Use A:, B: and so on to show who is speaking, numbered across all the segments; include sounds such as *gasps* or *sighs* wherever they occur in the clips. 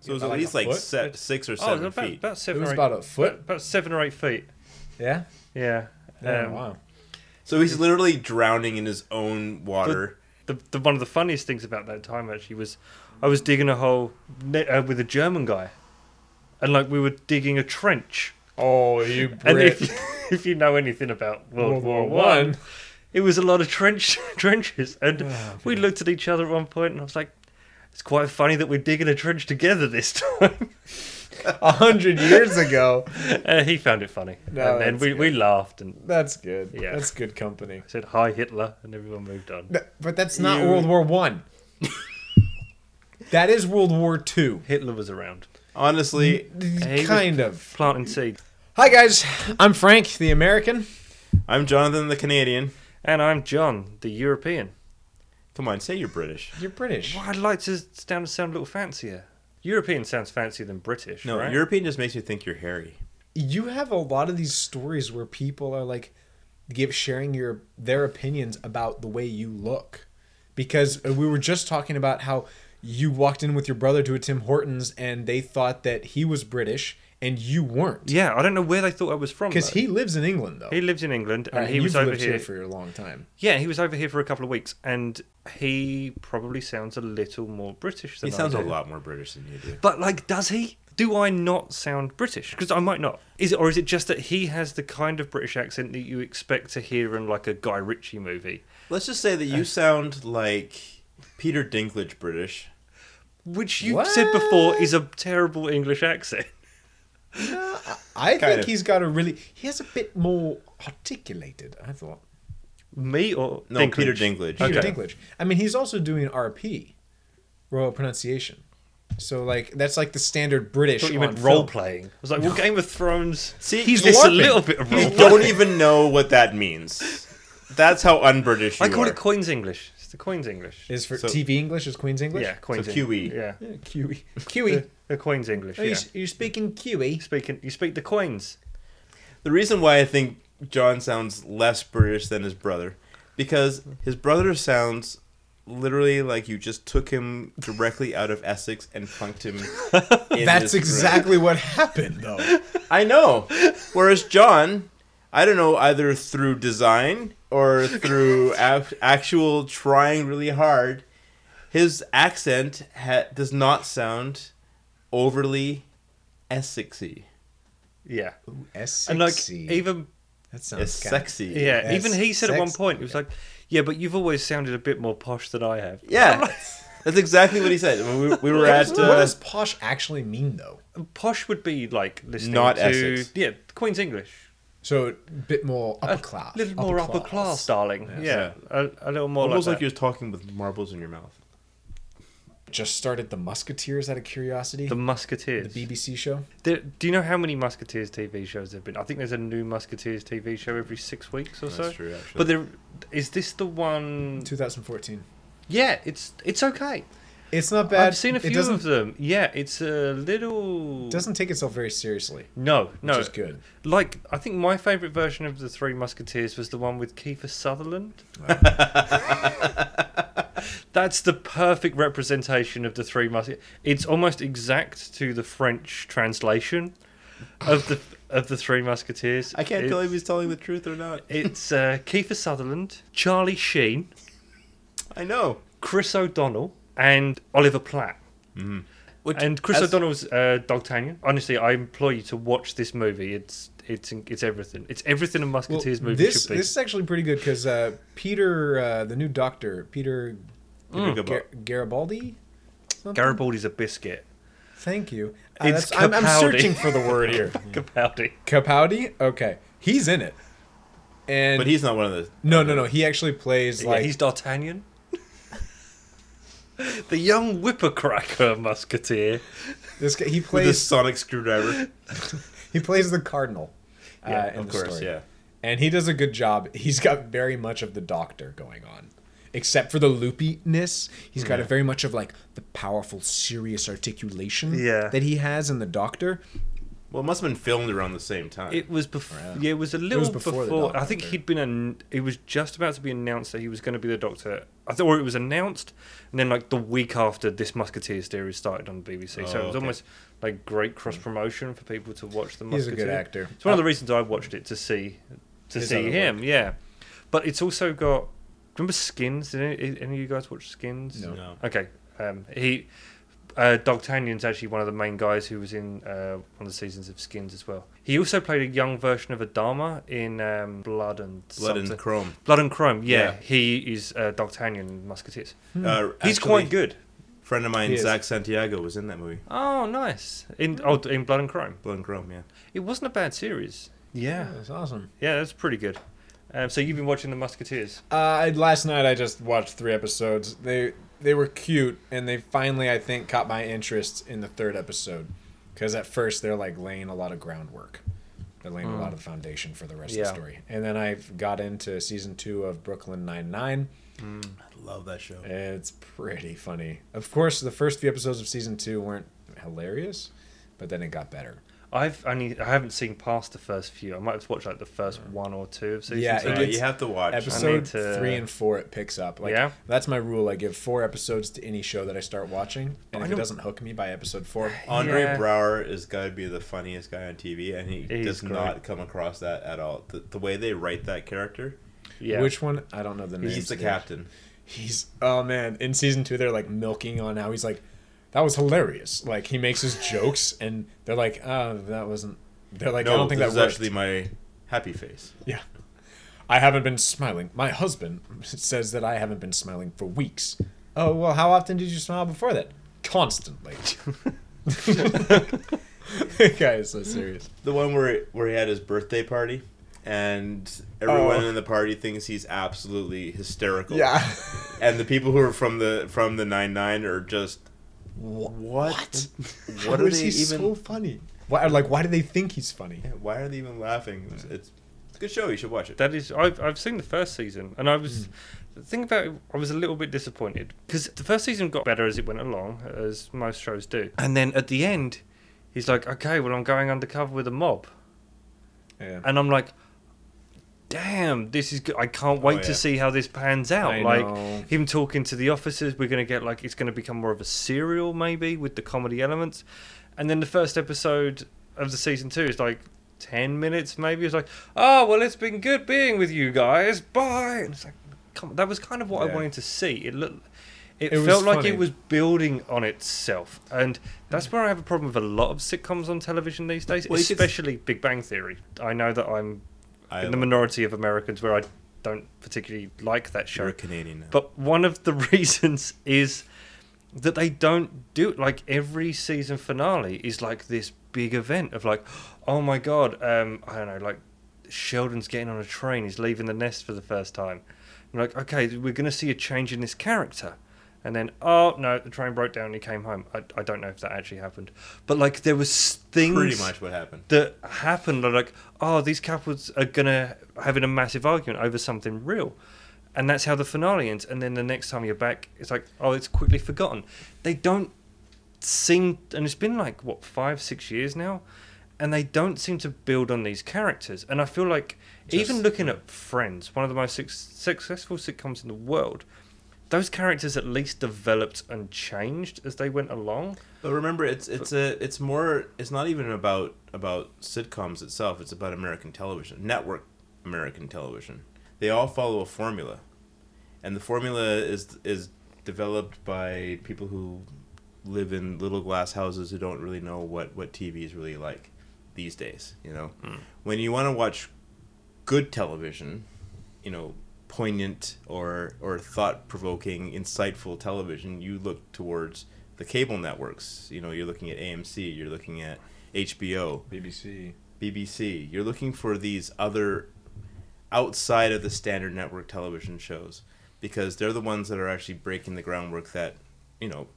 A: So it was at
B: about like
A: least
B: a
A: like
B: foot?
A: se- six or
C: Oh,
A: seven
C: about,
A: feet.
C: about
B: It
C: seven
B: was
C: or eight,
B: about a foot.
C: about seven or eight feet.
B: Yeah.
C: Yeah.
B: Yeah,
C: Um,
B: Oh, wow.
A: So he's literally drowning in his own water.
C: the, the one of the funniest things about that time actually was I was digging a hole ne- uh, with a German guy, and like we were digging a trench.
B: Oh, you *laughs* Brit.
C: And if you, if *laughs* you know anything about World, War One, it was a lot of trench *laughs* trenches, and
B: Oh,
C: we looked at each other at one point, and I was like, "It's quite funny that we're digging a trench together this *laughs* time."
B: a hundred years *laughs* ago.
C: uh, he found it funny,
B: No,
C: and then
B: that's
C: we, we laughed and
B: That's good.
C: Yeah.
B: That's good company.
C: said "Hi Hitler," and everyone moved on.
B: Th- But that's not
A: You-
B: World War *laughs* One. that is World War Two.
C: Hitler was around
A: Honestly,
C: Hey,
B: Kind of.
C: planting seeds,
B: Hi guys, I'm Frank, the American.
A: I'm Jonathan the Canadian.
C: and I'm John, the European.
A: Come on, say you're British.
B: You're British.
C: Well, I'd like to sound, sound a little fancier. European sounds fancier than British.
A: No,
C: right?
A: European just makes me think you're hairy.
B: You have a lot of these stories where people are like, give sharing your their opinions about the way you look, because uh, we were just talking about how you walked in with your brother to a Tim Hortons and they thought that he was British and you weren't.
C: Yeah, I don't know where they thought I was from.
B: Because
C: though.
B: he lives in England though.
C: he lives in England
B: All
C: and
B: right,
C: he was
B: you've
C: over
B: lived
C: here.
B: for a long time.
C: Yeah, he was over here for a couple of weeks, and he probably sounds a little more British than
A: He sounds
C: I
A: a
C: do.
A: lot more British than you do.
C: But like, does he? Do I not sound British? Because I might not. Is it, or is it just that he has the kind of British accent that you expect to hear in like a Guy Ritchie movie?
A: Let's just say that you sound like Peter Dinklage British.
C: Which you said before
B: What?
C: is a terrible English accent. *laughs*
B: I
A: Kind
B: think
A: of.
B: he's got a really. He has a bit more articulated. I thought.
C: Me or
A: No, Peter Dinklage.
B: Peter
C: Okay.
B: Dinklage. I mean, he's also doing RP, Royal Pronunciation. So like that's like the standard British.
C: thought you
B: on
C: meant role
B: film.
C: playing. I was like, well, Game of Thrones.
A: See,
C: he's
A: he's
C: a
B: LARPing.
C: little bit of
A: *laughs*
C: role
A: You
C: playing.
A: don't even know what that means. That's how un-British you
C: I call
A: are.
C: it Queen's English. It's the Queen's English.
B: Is for
A: So-
B: TV English is Queen's English.
C: yeah, Queen's
A: So
C: English.
A: QE.
C: Yeah.
B: yeah E.
C: *laughs*
B: Kiwi.
C: The,
B: Kiwi.
C: the Queen's English.
B: Are
C: Yeah.
B: Oh, you, you're speaking E? Kiwi.
C: You speak in- you speak the Queen's.
A: The reason why I think John sounds less British than his brother, because his brother sounds literally like you just took him directly out of Essex and plunked him. in his
B: That's
A: room.
B: exactly what happened
C: *laughs*
B: though.
A: I know. Whereas John, I don't know either through design or through ac- actual trying really hard, his accent ha- does not sound overly Essexy.
C: Yeah.
B: Sexy.
C: And like even
B: E. that
A: It's
B: sounds kind
A: sexy.
C: yeah,
B: That's
C: even he said at one
B: sexy.
C: point, he was like, "Yeah, but you've always sounded a bit more posh than I have."
A: Yeah. *laughs* That's exactly what he said. When we, we
C: *laughs*
A: were at
B: What
A: uh,
B: does posh actually mean though?
C: Posh would be like listening
A: Not
C: to
A: Essex.
C: yeah, the Queen's English.
B: So a bit more Ah, upper class.
C: A little more upper class, darling. Yeah, A, a little more
A: almost
C: like,
A: like
C: that.
A: you're talking with marbles in your mouth.
B: Just started the Musketeers out of curiosity.
C: the
B: The,
C: Musketeers. Hmm.
B: BBC show.
C: There, do you know how many Musketeers TV shows there have been? I think there's a new Musketeers TV show every six weeks or so.
A: That's true, actually.
C: But there, is this the one?
B: 2014.
C: Yeah, it's it's okay.
B: It's not bad.
C: I've seen a
B: It
C: few
B: doesn't,
C: of them. Yeah, it's a little.
B: doesn't take itself very seriously.
C: no, no,
B: Which is good.
C: Like I think my favorite version of the Three Musketeers was the one with Kiefer
A: *laughs*
C: Sutherland. That's the perfect representation of the Three Musketeers. It's almost exact to the French translation of the of the Three Musketeers.
A: I can't
C: It-
A: tell if he's telling the truth or not.
C: It's uh, Kiefer Sutherland, Charlie Sheen,
A: I know.
C: Chris O'Donnell, and Oliver Platt.
A: Which,
C: And Chris
A: as-
C: O'Donnell's uh, D'Artagnan. Honestly, I implore you to watch this movie. It's it's it's everything. It's everything a
B: Well,
C: Musketeers movie
B: this
C: should be.
B: this is actually pretty good because uh, Peter, uh, the new Doctor, Peter
A: Peter Gabal-
B: Gar- Garibaldi. Something?
C: Garibaldi's a biscuit.
B: Thank you. Uh,
C: It's
B: that's- I'm, I'm
C: Capaldi.
B: searching for the word here.
C: *laughs* Capaldi.
B: Capaldi. Okay, he's in it. And
A: but he's not one of the.
B: no, no, no. He actually plays
C: Yeah,
B: like
C: he's D'Artagnan. *laughs* the young whippercracker musketeer.
B: this. Guy, he
A: With the
B: plays
A: sonic *laughs* screwdriver.
B: he plays the cardinal.
A: Yeah,
B: uh, in
A: of
B: the
A: course,
B: story.
A: yeah.
B: and he does a good job. He's got very much of the Doctor going on, except for the loopiness. He's got a very much of like the powerful, serious articulation
C: Yeah.
B: that he has in the Doctor.
A: Well, it must have been filmed around the same time.
C: It was before.
B: Yeah.
C: Yeah, it was a little
B: was before
C: before.
B: the
C: I think
B: Doctor.
C: he'd been. An, it was just about to be announced that he was going to be the Doctor. I thought, or it was announced, and then like the week after, this Musketeers series started on BBC. so
A: Oh,
C: it was
A: okay.
C: almost like great cross promotion for people to watch the
B: He's a
C: Musketeers.
B: good actor.
C: It's one of the reasons I watched it to see to
B: His
C: see
B: other
C: him. Yeah, but it's also got. Remember Skins? Did any, any of you guys watch Skins?
B: No.
A: No.
C: Okay. Um, he. Uh, D'Artagnan's actually one of the main guys who was in uh, one of the seasons of Skins as well. He also played a young version of Adama in um, Blood and
A: Blood and
C: something-
A: Chrome.
C: Blood and Chrome. Yeah,
A: Yeah.
C: he is uh, D'Artagnan in Musketeers.
A: Uh,
C: Hmm. He's
A: actually,
C: quite good.
A: Friend of
B: He
A: mine,
B: is.
A: Zach Santiago, was in that movie.
C: Oh, nice. In oh, in Blood and Chrome.
A: Blood and Chrome, yeah.
C: It wasn't a bad series. Yeah,
B: That's awesome.
C: yeah, that's pretty good. Um, so you've been watching the Musketeers.
B: Uh, I- last night I just watched three episodes. They they were cute, and they finally I think caught my interest in the third episode, because at first they're like laying a lot of groundwork, they're laying a lot of the foundation for the rest of
C: Yeah.
B: the story. And then I got into season two of Brooklyn Nine Nine.
A: I love that show.
B: It's pretty funny. Of course, the first few episodes of season two weren't hilarious, but then it got better.
C: I've only I haven't seen past the first few. I might have watched like the first one or two of season
B: Yeah, it
C: two.
A: Uh,
B: gets-
A: you have to watch.
B: episode
C: to-
B: three and four it picks up like
C: Yeah?
B: that's my rule i give four episodes to any show that i start watching and
C: I
B: if it
C: don't-
B: doesn't hook me by episode
A: *sighs*
B: four
A: Andre
C: Yeah.
A: Brower is gotta be the funniest guy on TV, and he
C: He's
A: does
C: great.
A: not come across that at all. The, the way they write that character,
C: yeah.
B: which one i don't know the name
A: he's the captain.
B: he's oh man in season two they're like milking on how he's like that was hilarious like he makes his jokes and they're like oh that wasn't they're like i
A: no,
B: don't think
A: this
B: that
A: is
B: worked.
A: actually my happy face.
B: yeah i haven't been smiling my husband *laughs* says that i haven't been smiling for weeks oh well how often did you smile before that constantly *laughs* that guy is so serious
A: The one where where he had his birthday party, and everyone
B: Oh.
A: in the party thinks he's absolutely hysterical.
B: yeah
A: and the people who are from the from the nine nine are just
C: *laughs*
B: what
A: What
B: what
A: are
B: is
A: they
B: he
A: even-
B: so funny why, like why do they think he's funny
A: "Yeah, why are they even laughing? It's, it's it's a good show. You should watch it.
C: That is, I've, I've seen the first season, and I
B: Hmm.
C: was the thing about it, I was a little bit disappointed because the first season got better as it went along, as most shows do. And then at the end, he's like, "Okay, well, I'm going undercover with a mob,"
B: yeah.
C: and I'm like, "Damn, this is good! I can't wait
A: yeah.
C: to see how this pans out."
B: Oh, I
C: like
B: know.
C: him talking to the officers, we're gonna get like it's gonna become more of a serial maybe with the comedy elements, and then the first episode of the season two is like. 10 minutes maybe it's like oh well it's been good being with you guys bye and it's like come on, that was kind of what
B: Yeah.
C: i wanted to see it looked it,
B: It was
C: felt like
B: funny.
C: it was building on itself and that's where i have a problem with a lot of sitcoms on television these days
A: Well, you could-
C: especially big bang theory i know that i'm
A: I
C: in the minority of americans where i don't particularly like that show
A: you're a Canadian now.
C: but one of the *laughs* reasons is that they don't do it. Like every season finale is like this big event of like, oh my god, um, I don't know, like Sheldon's getting on a train, he's leaving the nest for the first time. And like, okay, we're gonna see a change in this character. And then, oh no, the train broke down. and He came home. I, I don't know if that actually happened, but like there was things
A: pretty much what happened.
C: that happened are like, oh, these couples are gonna having a massive argument over something real, and that's how the finale ends. And then the next time you're back, it's like, oh, it's quickly forgotten. They don't seem, and it's been like what five, six years now, and they don't seem to build on these characters. And I feel like even
A: Just-
C: looking at Friends, one of the most suc successful sitcoms in the world. Those characters at least developed and changed as they went along.
A: But remember, it's it's a it's more it's not even about about sitcoms itself. It's about American television, network American television. They all follow a formula, and the formula is is developed by people who live in little glass houses who don't really know what what TV is really like these days. You know, when you want to watch good television, you know, poignant or or thought provoking, insightful television, you look towards the cable networks. You know, you're looking at AMC, you're looking at HBO,
B: bbc
A: BBC. You're looking for these other outside of the standard network television shows because they're the ones that are actually breaking the groundwork that, you know,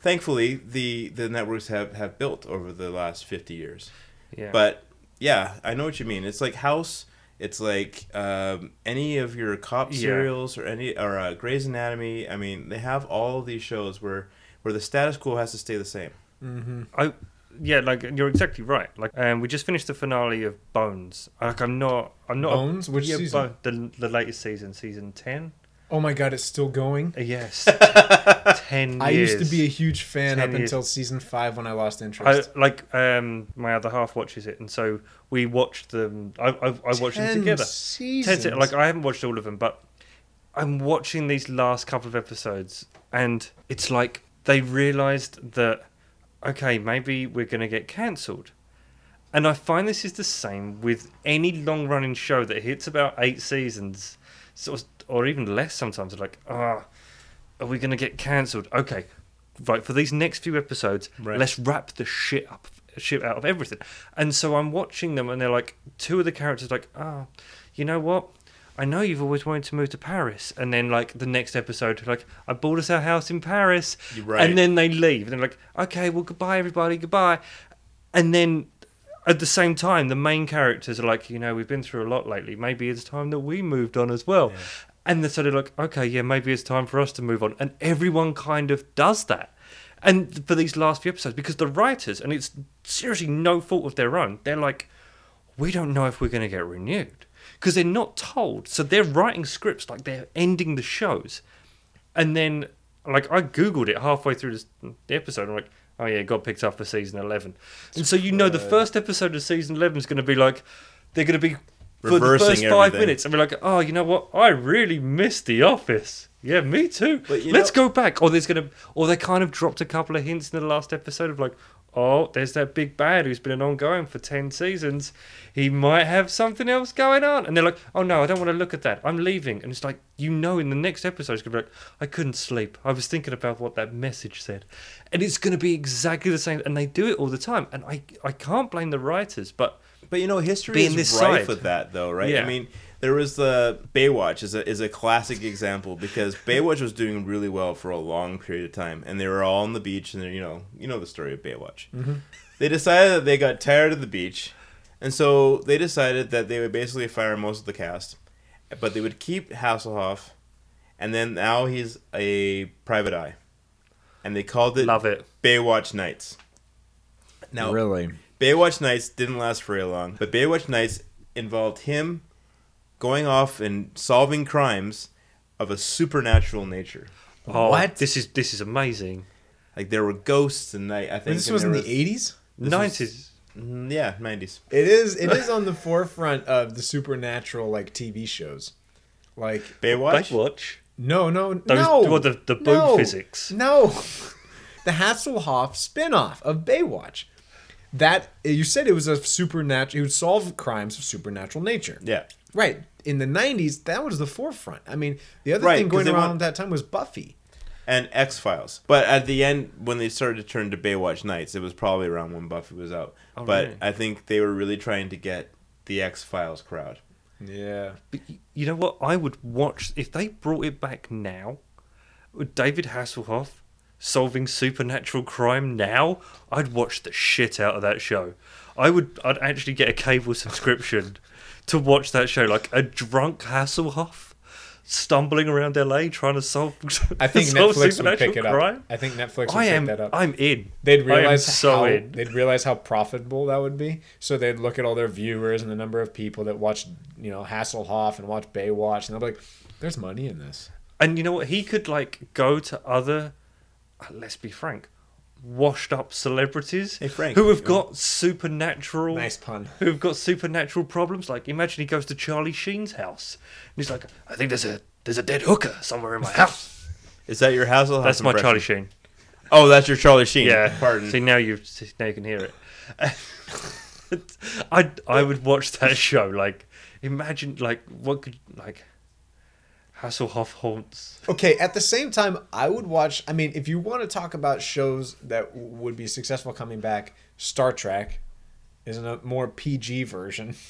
A: thankfully the the networks have have built over the last 50 years.
C: Yeah.
A: But yeah, I know what you mean. It's like House. It's like um, any of your cop
C: Yeah.
A: serials or any or uh, Grey's Anatomy. I mean, they have all these shows where where the status quo has to stay the same.
C: I yeah, like you're exactly right. Like, um, we just finished the finale of Bones. Like, I'm not, I'm not
B: Bones? Which
C: yeah,
B: season?
C: Bo- the the latest season, season ten.
B: Oh my god, it's still going.
C: Uh,
B: *laughs*
C: yes, ten. Years.
B: I used to be a huge fan
C: Ten
B: up
C: years.
B: until season five when I lost
C: I,
B: interest.
C: like um, my other half watches it, and so we watched them. I, I, I watched them together. Ten
B: Seasons.
C: se- like I haven't watched all of them, but I'm watching these last couple of episodes, and it's like they realised that okay, maybe we're going to get cancelled. And I find this is the same with any long running show that hits about eight seasons, sort of, or even less sometimes. Like, ah, are we going to get cancelled? Okay, right, for these next few episodes,
A: Right.
C: let's wrap the shit up, shit out of everything. And so I'm watching them, and they're like, two of the characters, like, ah, you know what? I know you've always wanted to move to Paris. And then, like, the next episode, like, I bought us our house in Paris.
A: You're right.
C: And then they leave. And they're like, okay, well, goodbye, everybody, goodbye. And then at the same time, the main characters are like, you know, we've been through a lot lately. Maybe it's time that we moved on as well. And they're sort of like, okay, yeah, maybe it's time for us to move on. And everyone kind of does that. And for these last few episodes, because the writers, and it's seriously no fault of their own, they're like, we don't know if we're going to get renewed because they're not told. So they're writing scripts like they're ending the shows. And then, like, I Googled it halfway through this, the episode. I'm like, oh, yeah, it got picked up for season 11. And so, you know, the first episode of season 11 is going to be like, they're going to be for
A: Reversing
C: the first five
A: everything.
C: minutes. And be like, oh, you know what? I really missed The Office. Yeah, me too.
A: But you
C: Let's
A: know-
C: go back. Or there's gonna, or they kind of dropped a couple of hints in the last episode of like, oh, there's that big bad who's been an ongoing for ten seasons. He might have something else going on, and they're like, oh no, I don't want to look at that. I'm leaving, and it's like, you know, in the next episode it's gonna be like, I couldn't sleep. I was thinking about what that message said, and it's gonna be exactly the same. And they do it all the time, and I, I can't blame the writers, but
A: But you know, history
C: Being
A: is
C: this
A: rife
C: side.
A: with that, though, right?
C: Yeah.
A: I mean, there was the Baywatch is a is a classic example because Baywatch was doing really well for a long period of time, and they were all on the beach, and they're, you know, you know the story of Baywatch.
C: Mm-hmm.
A: They decided that they got tired of the beach, and so they decided that they would basically fire most of the cast, but they would keep Hasselhoff, and then now he's a private eye, and they called it
C: love it.
A: Baywatch Nights. Now,
B: really?
A: Baywatch Nights didn't last very long, but Baywatch Nights involved him going off and solving crimes of a supernatural nature.
C: Oh,
B: What?
C: This is this is amazing.
A: Like there were ghosts and I, I think
B: This
A: and
B: was
A: there
B: in the eighties.
A: was-
C: Nineties.
A: Mm, yeah, nineties.
B: It is. It is on the forefront of the supernatural like TV shows. Like
A: Baywatch.
C: Baywatch.
B: no, no,
C: Those-
B: no.
C: well, the- the boob
B: no,
C: physics.
B: No, *laughs* the Hasselhoff spinoff of Baywatch. That you said it was a supernatural. It would solve crimes of supernatural nature.
A: Yeah,
B: Right. In the '90s, that was the forefront. I mean, the other
A: Right,
B: thing
A: 'cause
B: going
A: they
B: around
A: want-
B: that time was Buffy.
A: and X Files. But at the end, when they started to turn to Baywatch Nights, it was probably around when Buffy was out.
C: Oh,
A: but
C: really?
A: I think they were really trying to get the X Files crowd.
B: Yeah.
C: But y- you know what? I would watch if they brought it back now. With David Hasselhoff solving supernatural crime now, I'd watch the shit out of that show. I would. I'd actually get a cable subscription *laughs* to watch that show, like a drunk Hasselhoff stumbling around LA trying to solve. *laughs*
B: I think
C: solve
B: Netflix would
C: supernatural
B: pick it up.
C: crime.
B: I think Netflix would
C: I
B: pick
C: am.
B: that up.
C: I'm in.
B: they'd
C: I am
B: realize
C: so
B: how
C: in.
B: they'd realize how profitable that would be. So they'd look at all their viewers and the number of people that watched, you know, Hasselhoff and watched Baywatch, and they'll be like, "There's money in this."
C: And you know what? He could like go to other, uh, let's be frank, washed up celebrities
A: Hey, Frank,
C: who have
A: you-
C: got supernatural
B: Nice pun.
C: who've got supernatural problems. Like imagine he goes to Charlie Sheen's house and he's like, I think there's a there's a dead hooker somewhere in my house.
A: Is that your Hasselhoff?
C: That's my
A: impression?
C: Charlie Sheen.
A: Oh, that's your Charlie Sheen.
C: Yeah.
A: pardon.
C: See now you now you can hear it. *laughs* I I would watch that show. Like imagine like what could like Hasselhoff haunts.
B: Okay, at the same time, I would watch. I mean, if you want to talk about shows that w- would be successful coming back, Star Trek is a more PG version.
A: *laughs*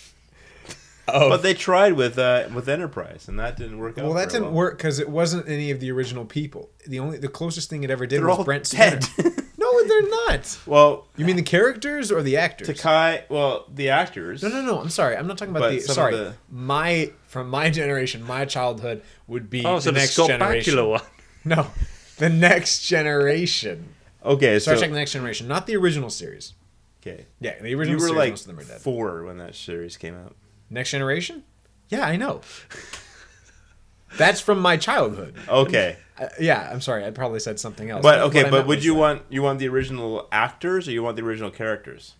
A: But they tried with uh, with Enterprise, and that didn't work out.
B: Well, that
A: very
B: didn't work because it wasn't any of the original people. The only the closest thing it ever did
A: They're
B: was
A: all
B: Brent
A: dead.
B: Spiner. no, they're not.
A: *laughs* Well,
B: You mean the characters or the actors?
A: Takai. Well, the actors.
B: No, no, no. I'm sorry. I'm not talking about
A: But
B: the.
A: some of
B: Sorry,
A: the-
B: my from my generation, my childhood would be
C: Oh,
B: the
C: so the,
B: next
C: Scott
B: generation.
C: Bakula one.
B: No, the next generation.
A: Okay,
B: Star
A: so
B: Trek: The Next Generation, not the original series.
A: Okay.
B: Yeah, the
A: You
B: original
A: were
B: series,
A: like
B: most of them are dead.
A: four when that series came out.
B: Next Generation? Yeah, I
A: *laughs*
B: know. That's from my childhood. *laughs*
A: Okay,
B: Uh, yeah, I'm sorry. I probably said something else.
A: but
B: What I
A: okay, but
B: meant
A: would
B: was
A: you
B: that
A: want you want the original actors or you want the original characters?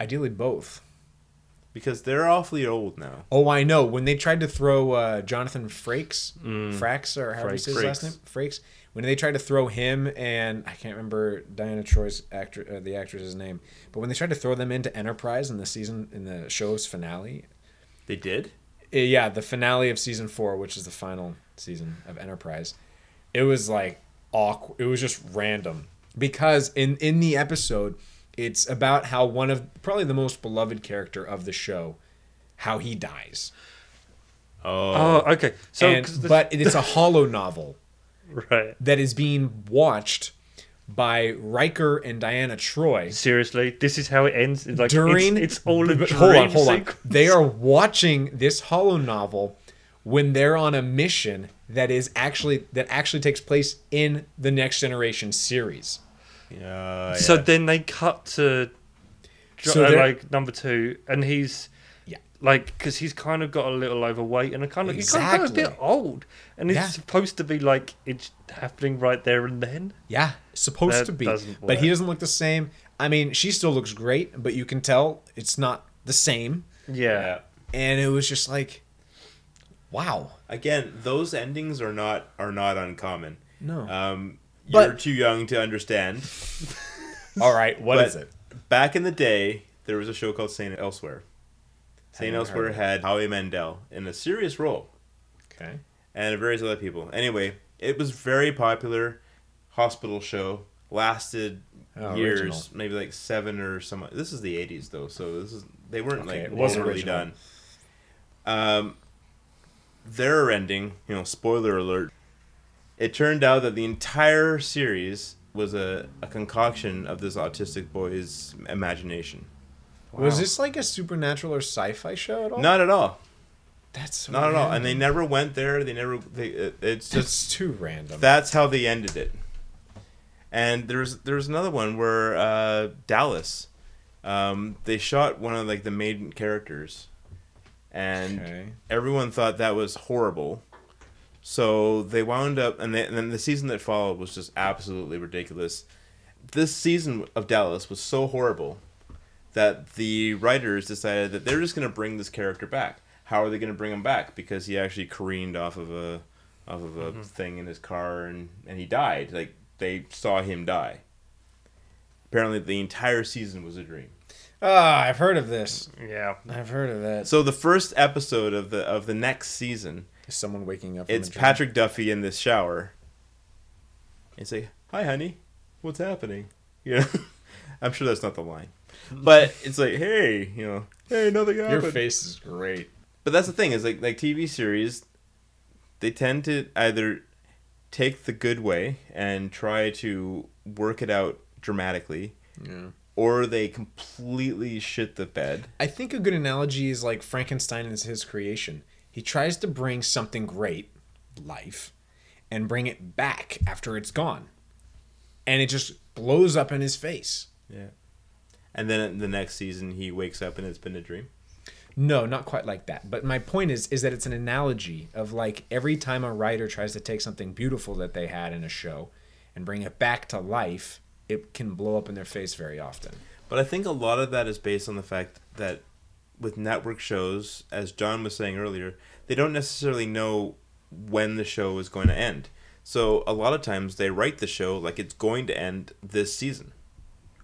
B: ideally both?
A: Because they're awfully old now.
B: Oh, I know. When they tried to throw uh, Jonathan Frakes, Frakes or however you say his
A: Frakes.
B: last name, Frakes. When they tried to throw him and I can't remember Diana Troy's actor, uh, the actress's name, but when they tried to throw them into Enterprise in the season in the show's finale,
A: They did.
B: uh, yeah, the finale of season four, which is the final season of Enterprise, it was like awkward. It was just random because in in the episode, it's about how one of probably the most beloved character of the show, how he dies.
A: Oh,
C: Oh, okay. So,
B: and,
C: 'cause the-
B: but it's a hollow novel
C: right.
B: that is being watched by Riker and Diana Troy
C: Seriously, this is how it ends. It's like
B: during.
C: it's, it's all a
B: but
C: dream
B: hold on, hold on.
C: sequence.
B: They are watching this hollow novel when they're on a mission that is actually that actually takes place in the Next Generation series.
A: yeah.
C: So then they cut to dr-
B: So
C: uh,
B: they're-
C: like number two, and he's
B: Yeah.
C: like because he's kind of got a little overweight and a kind of he's kind of got a bit
B: Exactly.
C: old, and it's
B: Yeah.
C: supposed to be like it's happening right there and then.
B: Yeah, supposed
C: That
B: to be,
C: doesn't
B: but he
C: work.
B: doesn't look the same. I mean, she still looks great, but you can tell it's not the same.
C: Yeah,
B: And it was just like, wow.
A: Again, those endings are not are not uncommon.
B: No.
A: Um,
B: But-
A: you're too young to understand.
B: All right, what
A: But
B: is it?
A: Back in the day, there was a show called Saint Elsewhere. Saint
B: Haven't heard
A: Elsewhere
B: of it.
A: had Howie Mandel in a serious role.
B: Okay.
A: and various other people. Anyway, it was very popular hospital show. Lasted
B: Oh,
A: years,
B: original.
A: maybe like seven or some. This is the '80s though, so this is they weren't
B: Okay,
A: like
B: it was
A: overly
B: original.
A: done. Um, their ending, you know, spoiler alert. It turned out that the entire series was a, a concoction of this autistic boy's imagination.
B: Was
C: Wow.
B: this like a supernatural or sci-fi show at all?
A: Not at all.
B: that's so
A: Not at all.
B: random.
A: And they never went there. They never. They, it, it's just
B: *laughs* That's too random.
A: That's how they ended it. And there's there's another one where uh, Dallas, um, they shot one of like the main characters, and
B: Okay.
A: everyone thought that was horrible. So they wound up, and, they, and then the season that followed was just absolutely ridiculous. This season of Dallas was so horrible that the writers decided that they're just going to bring this character back. How are they going to bring him back? Because he actually careened off of a off of a thing in his car and and he died. Like they saw him die. Apparently, the entire season was a dream.
B: Ah, I've heard of this.
C: yeah.
B: I've heard of that.
A: So the first episode of the of the next season,
B: Is someone waking up? from
A: it's
B: a dream?
A: Patrick Duffy in this shower. It's like, "Hi, honey, what's happening?" *laughs* You know, I'm sure that's not the line, but it's like, "Hey, you know, hey, nothing happened."
B: Your face is great.
A: But that's the thing is like like TV series, they tend to either take the good way and try to work it out dramatically,
B: Yeah.
A: or they completely shit the bed.
B: I think a good analogy is like Frankenstein is his creation. He tries to bring something great, life, and bring it back after it's gone, and it just blows up in his face.
A: Yeah. And then the next season, he wakes up and it's been a dream.
B: No, not quite like that. But my point is is that it's an analogy of like every time a writer tries to take something beautiful that they had in a show and bring it back to life, it can blow up in their face very often.
A: But I think a lot of that is based on the fact that with network shows, as John was saying earlier, they don't necessarily know when the show is going to end. So a lot of times they write the show like it's going to end this season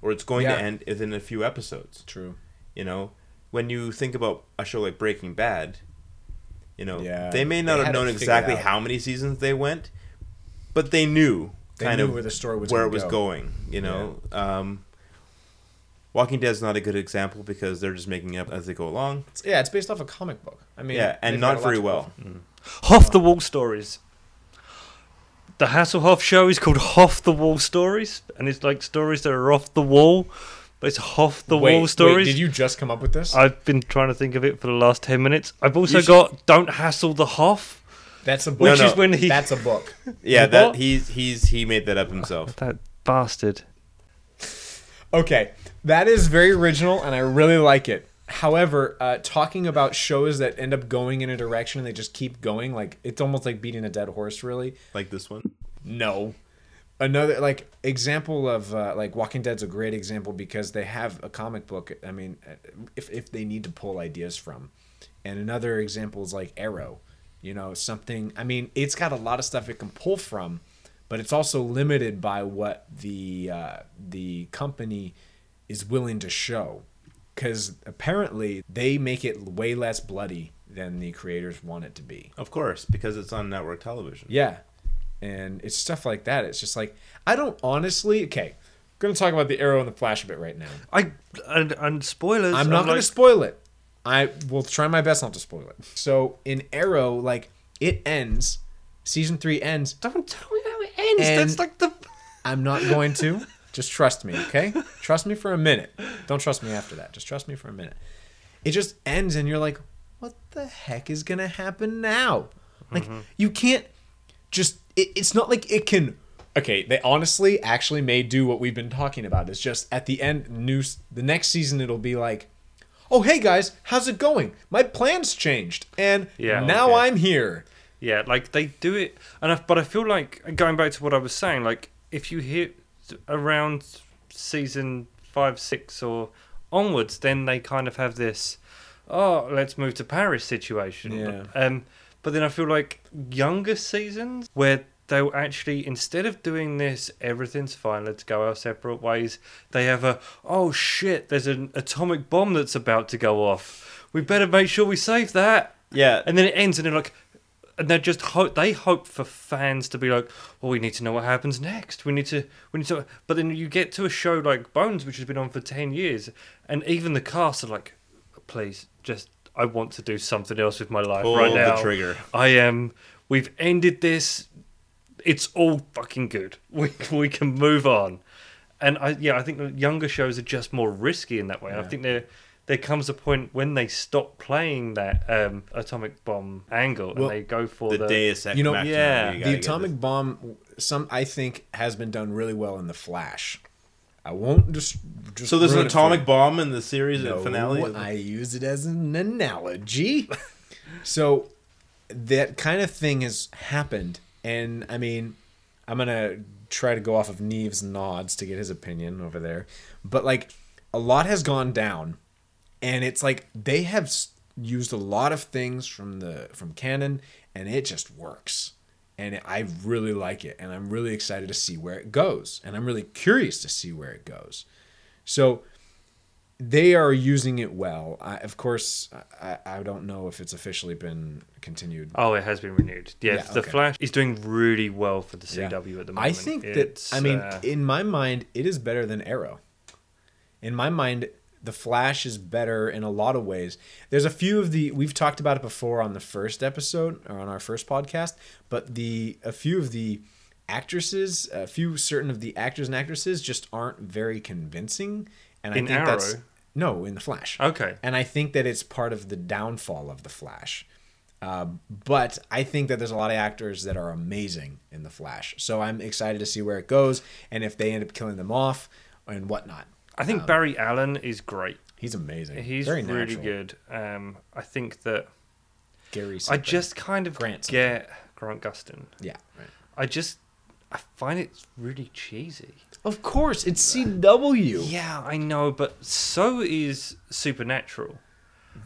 A: or it's going
B: Yeah.
A: to end within a few episodes.
B: True.
A: You know, when you think about a show like Breaking Bad, you know,
B: Yeah,
A: they may not
B: they
A: have
B: had it
A: known
B: figured
A: exactly
B: out.
A: how many seasons they went, but they knew
B: They
A: kind
B: knew
A: of
B: where the story was
A: where
B: gonna
A: it was
B: go.
A: going. You know, um, Walking Dead's not a good example because they're just making up as they go along.
B: It's, yeah, it's based off a comic book. I mean,
A: yeah, and
B: they've got a
A: not
B: lot
A: very
B: to-
A: well.
C: Hoff the Wall stories. The Hasselhoff show is called Hoff the Wall Stories, and it's like stories that are off the wall, but it's Hoff the
B: Wait,
C: Wall stories. Uh,
B: Wait, did you just come up with this?
C: I've been trying to think of it for the last ten minutes. I've also
A: should-
C: got Don't Hassle the Hoff.
B: that's a book.
C: Which
A: No, is no.
C: when he-
B: That's a book. *laughs*
A: Yeah,
C: What?
A: that he's he's he made that up himself.
C: That bastard.
B: Okay, that is very original, and I really like it. However, uh, talking about shows that end up going in a direction and they just keep going, like it's almost like beating a dead horse, really.
A: like this one.
B: No. Another like example of uh, like Walking Dead's a great example because they have a comic book. I mean, uh, if if they need to pull ideas from, and another example is like Arrow, you know, something. I mean, it's got a lot of stuff it can pull from, but it's also limited by what the uh, the company is willing to show, because apparently they make it way less bloody than the creators want it to be.
A: Of course, because it's on network television.
B: Yeah. And it's stuff like that. It's just like I don't honestly okay. I'm gonna talk about the arrow and the flash a bit right now.
C: I and, and spoilers.
B: I'm not
C: like,
B: gonna spoil it. I will try my best not to spoil it. So in Arrow, like it ends, season three ends.
C: Don't tell me how it ends.
B: And-
C: That's like the.
B: I'm not going to. Just trust me, okay? Trust me for a minute. Don't trust me after that. Just trust me for a minute. It just ends and you're like, what the heck is gonna happen now? Like
C: Mm-hmm.
B: you can't just it, it's not like it can okay they honestly actually may do what we've been talking about it's just at the end new s- the next season it'll be like oh hey guys how's it going my plans changed and
C: Yeah,
B: now
C: okay.
B: i'm here
C: Yeah, like they do it, and I, but I feel like going back to what I was saying, like if you hit around season five, six, or onwards, then they kind of have this, oh, let's move to Paris situation.
B: Yeah.
C: Um, but then I feel like younger seasons where they'll actually instead of doing this, everything's fine, let's go our separate ways. They have a oh shit, there's an atomic bomb that's about to go off. We better make sure we save that.
A: Yeah.
C: And then it ends, and they're like, and they just hope they hope for fans to be like, well, we need to know what happens next. We need to, we need to. But then you get to a show like Bones, which has been on for ten years, and even the cast are like, please, just I want to do something else with my life
A: Pull
C: right
A: the
C: now.
A: trigger.
C: I am. We've ended this. It's all fucking good. *laughs* We we can move on. And I yeah, I think the younger shows are just more risky in that way. And I think there there comes a point when they stop playing that um, atomic bomb angle
B: Well,
C: and they go for
A: The,
C: the,
A: Deus Ex
B: you know,
A: Machina,
C: yeah,
A: you
C: the
A: gotta
B: the
A: get
B: atomic
A: this.
B: bomb some i think has been done really well in the flash i won't just, just
A: So there's an
B: ruin it for you.
A: atomic bomb in the series and finale.
B: No, I use it as an analogy. *laughs* so that kind of thing has happened, and I mean, I'm gonna try to go off of Neve's nods to get his opinion over there, but like a lot has gone down, and it's like they have s- used a lot of things from the from canon, and it just works. And I really like it, and I'm really excited to see where it goes, and I'm really curious to see where it goes. So they are using it well. I, of course, I, I I don't know if it's officially been continued.
C: Oh, it has been renewed. Yeah,
B: Yeah,
C: the
B: okay.
C: Flash is doing really well for the
B: Yeah.
C: CW at the moment.
B: I think that
C: It's,
B: I mean,
C: uh,
B: in my mind, it is better than Arrow. In my mind, the Flash is better in a lot of ways. There's a few of the we've talked about it before on the first episode or on our first podcast, but the a few of the actresses, a few certain of the actors and actresses just aren't very convincing. And
C: In
B: I think that's
C: Arrow?
B: no in the Flash.
C: Okay.
B: and I think that it's part of the downfall of the Flash. Um, but I think that there's a lot of actors that are amazing in the Flash, so I'm excited to see where it goes and if they end up killing them off and whatnot. Um,
C: I think Barry Allen is great.
B: He's amazing.
C: He's
B: Very
C: really
B: natural.
C: good. Um, I think that
B: Gary.
C: I
B: something.
C: just kind of
B: Grant something.
C: get Grant Gustin.
B: yeah. Right.
C: I just I find it really cheesy.
B: Of course, it's CW.
C: Yeah, I know, but so is Supernatural.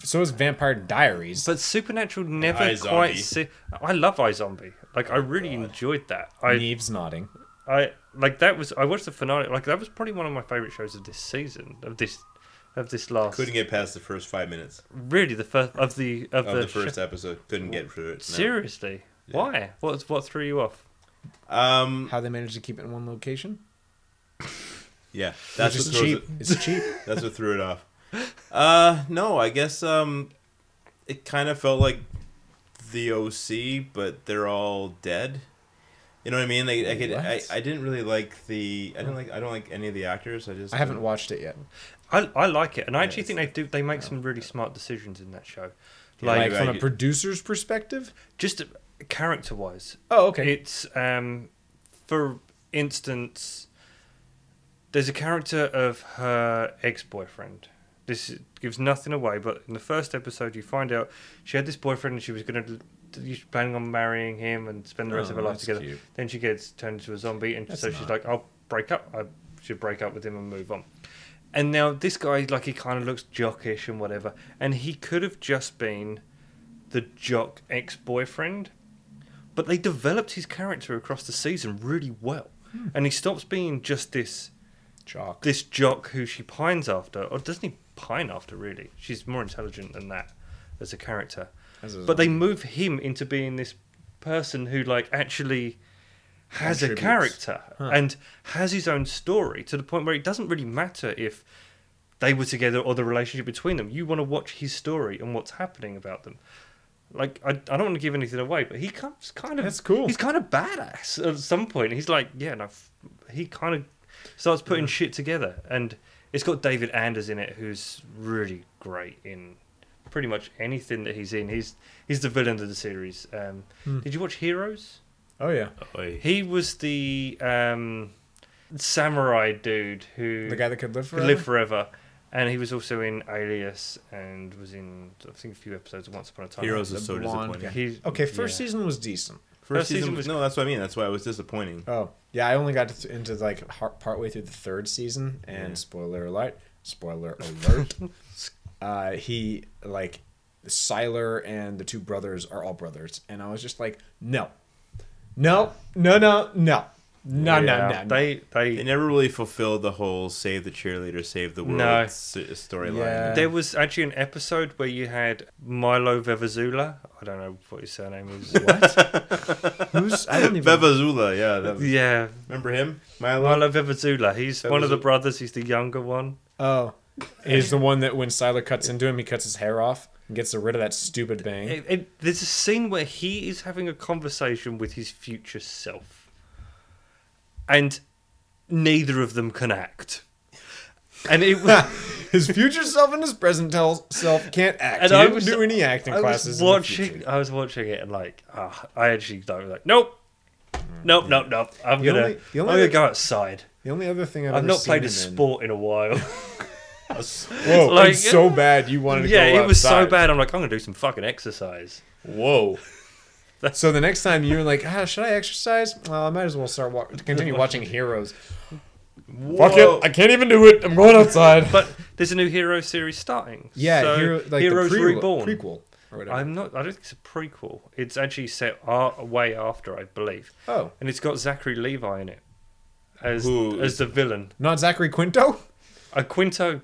B: So is Vampire Diaries.
C: But Supernatural never
A: iZombie.
C: quite. See, I love iZombie. Like I really enjoyed that. I
B: Neve's nodding.
C: I like that was I watched the finale. Like that was probably one of my favorite shows of this season of this of this last.
A: Couldn't get past the first five minutes
C: really the first of the of,
A: of
C: the,
A: the
C: show.
A: first episode. Couldn't get through it. no.
C: Seriously, why? What's what threw you off?
A: Um.
B: How they managed to keep it in one location?
A: Yeah.
B: That's
A: That's what
B: just
A: throws
B: cheap.
A: it.
B: It's cheap.
A: That's what threw it off. Uh, no, I guess um, it kind of felt like the OC, but they're all dead. You know what I mean? Like I could, I,
B: What?
A: I didn't really like the, I didn't like, I don't like any of the actors. I just,
B: I haven't watched it yet.
C: I, I like it, and I actually
A: it's
C: think they do. They make some really smart decisions in that show,
A: Yeah,
C: like
B: Like from
A: I-
B: a producer's perspective.
C: just character wise.
B: Oh, okay.
C: It's um, for instance, There's a character of her ex-boyfriend. This gives nothing away, but in the first episode, you find out she had this boyfriend and she was going to. She's planning on marrying him and spend the rest
B: Oh,
C: of her life
B: that's
C: together.
B: cute.
C: Then she gets turned into a zombie, and
B: That's
C: so she's
B: not-
C: like, "I'll break up. I should break up with him and move on." And now this guy, like, he kind of looks jockish and whatever, and he could have just been the jock ex-boyfriend, but they developed his character across the season really well,
B: Hmm.
C: and he stops being just this
B: Chalk.
C: this jock who she pines after, or doesn't he pine after really? She's more intelligent than that as a character.
B: As a
C: But they move him into being this person who like actually has a
B: Contributes.
C: character and has his own story to the point where it doesn't really matter if they were together or the relationship between them. You want to watch his story and what's happening about them. Like I, I don't want to give anything away, but he comes kind of
B: That's cool.
C: He's kind of badass at some point. He's like, yeah, no, f- he kind of starts putting shit together, and it's got David Anders in it, who's really great in pretty much anything that he's in. He's he's the villain of the series. Um,
B: Hmm.
C: Did you watch Heroes?
B: oh yeah,
C: He was the um, samurai dude who
B: the guy that could live
C: could
B: forever.
C: live forever, and he was also in Alias and was in I think a few episodes of Once Upon a Time.
A: Heroes
B: The
A: is so
B: blonde
A: disappointing.
B: guy.
C: He-
B: okay, first
C: yeah.
B: season was decent.
A: First,
C: First
A: season,
C: season was-
A: was no. That's what I mean. That's why it was disappointing.
B: Oh yeah, I only got to- into like part partway through the third season, and
A: Yeah.
B: spoiler alert,
C: *laughs*
B: spoiler alert, uh, he like Siler and the two brothers are all brothers, and I was just like, no, no, no, no, no, no, no,
C: Yeah,
B: no. no.
C: They they
A: They never really fulfilled the whole "save the cheerleader, save the world"
C: No.
A: s- storyline.
B: Yeah.
C: There was actually an episode where you had Milo Vevazula. I don't know what his surname is. *laughs* What?
B: Who's
C: *laughs*
B: I don't even.
A: Bevazula, yeah, that was-
C: yeah,
A: remember him? Milo.
C: Milo Vevazula. He's one of the
A: Vevazula.
C: brothers. He's the younger one.
B: Oh, he's the one that when Siler cuts into him, he cuts his hair off and gets rid of that stupid bang.
C: It- it- there's a scene where he is having a conversation with his future self, and neither of them can act. And it *laughs* was.
B: *laughs* his future self and his present tel- self can't act.
C: And
B: he
C: I
B: didn't
C: was-
B: do any acting
C: I was
B: classes. in the
C: watching.
B: future.
C: I was watching it and like, ah, I actually don't like. Nope, nope, nope, nope. I'm
B: Mm, The
C: gonna.
B: only- the only
C: I'm gonna
B: other-
C: go outside.
B: The only other thing I've,
C: I've
B: ever
C: not
B: seen
C: played a
B: him
C: sport in a while.
A: *laughs*
B: In. Whoa,
C: Like,
B: it's so
C: yeah.
B: bad you wanted to
C: yeah,
B: go
C: it was so
B: outside.
C: bad. I'm like, I'm gonna do some fucking exercise.
B: Whoa. so the next time you're like, ah, should I exercise? Well, I might as well start wa- continue watching Heroes. Fuck it, I can't even do it. I'm going outside.
C: But there's a new hero series starting.
B: yeah,
C: so
B: Hero, like
C: Heroes
B: the pre-
C: Reborn.
B: prequel or whatever.
C: I'm not. I don't think it's a prequel. It's actually set ar- way after, I believe,
B: oh,
C: and it's got Zachary Levi in it as
A: Who
C: as
A: is-
C: the villain.
B: not Zachary Quinto.
C: A Quinto.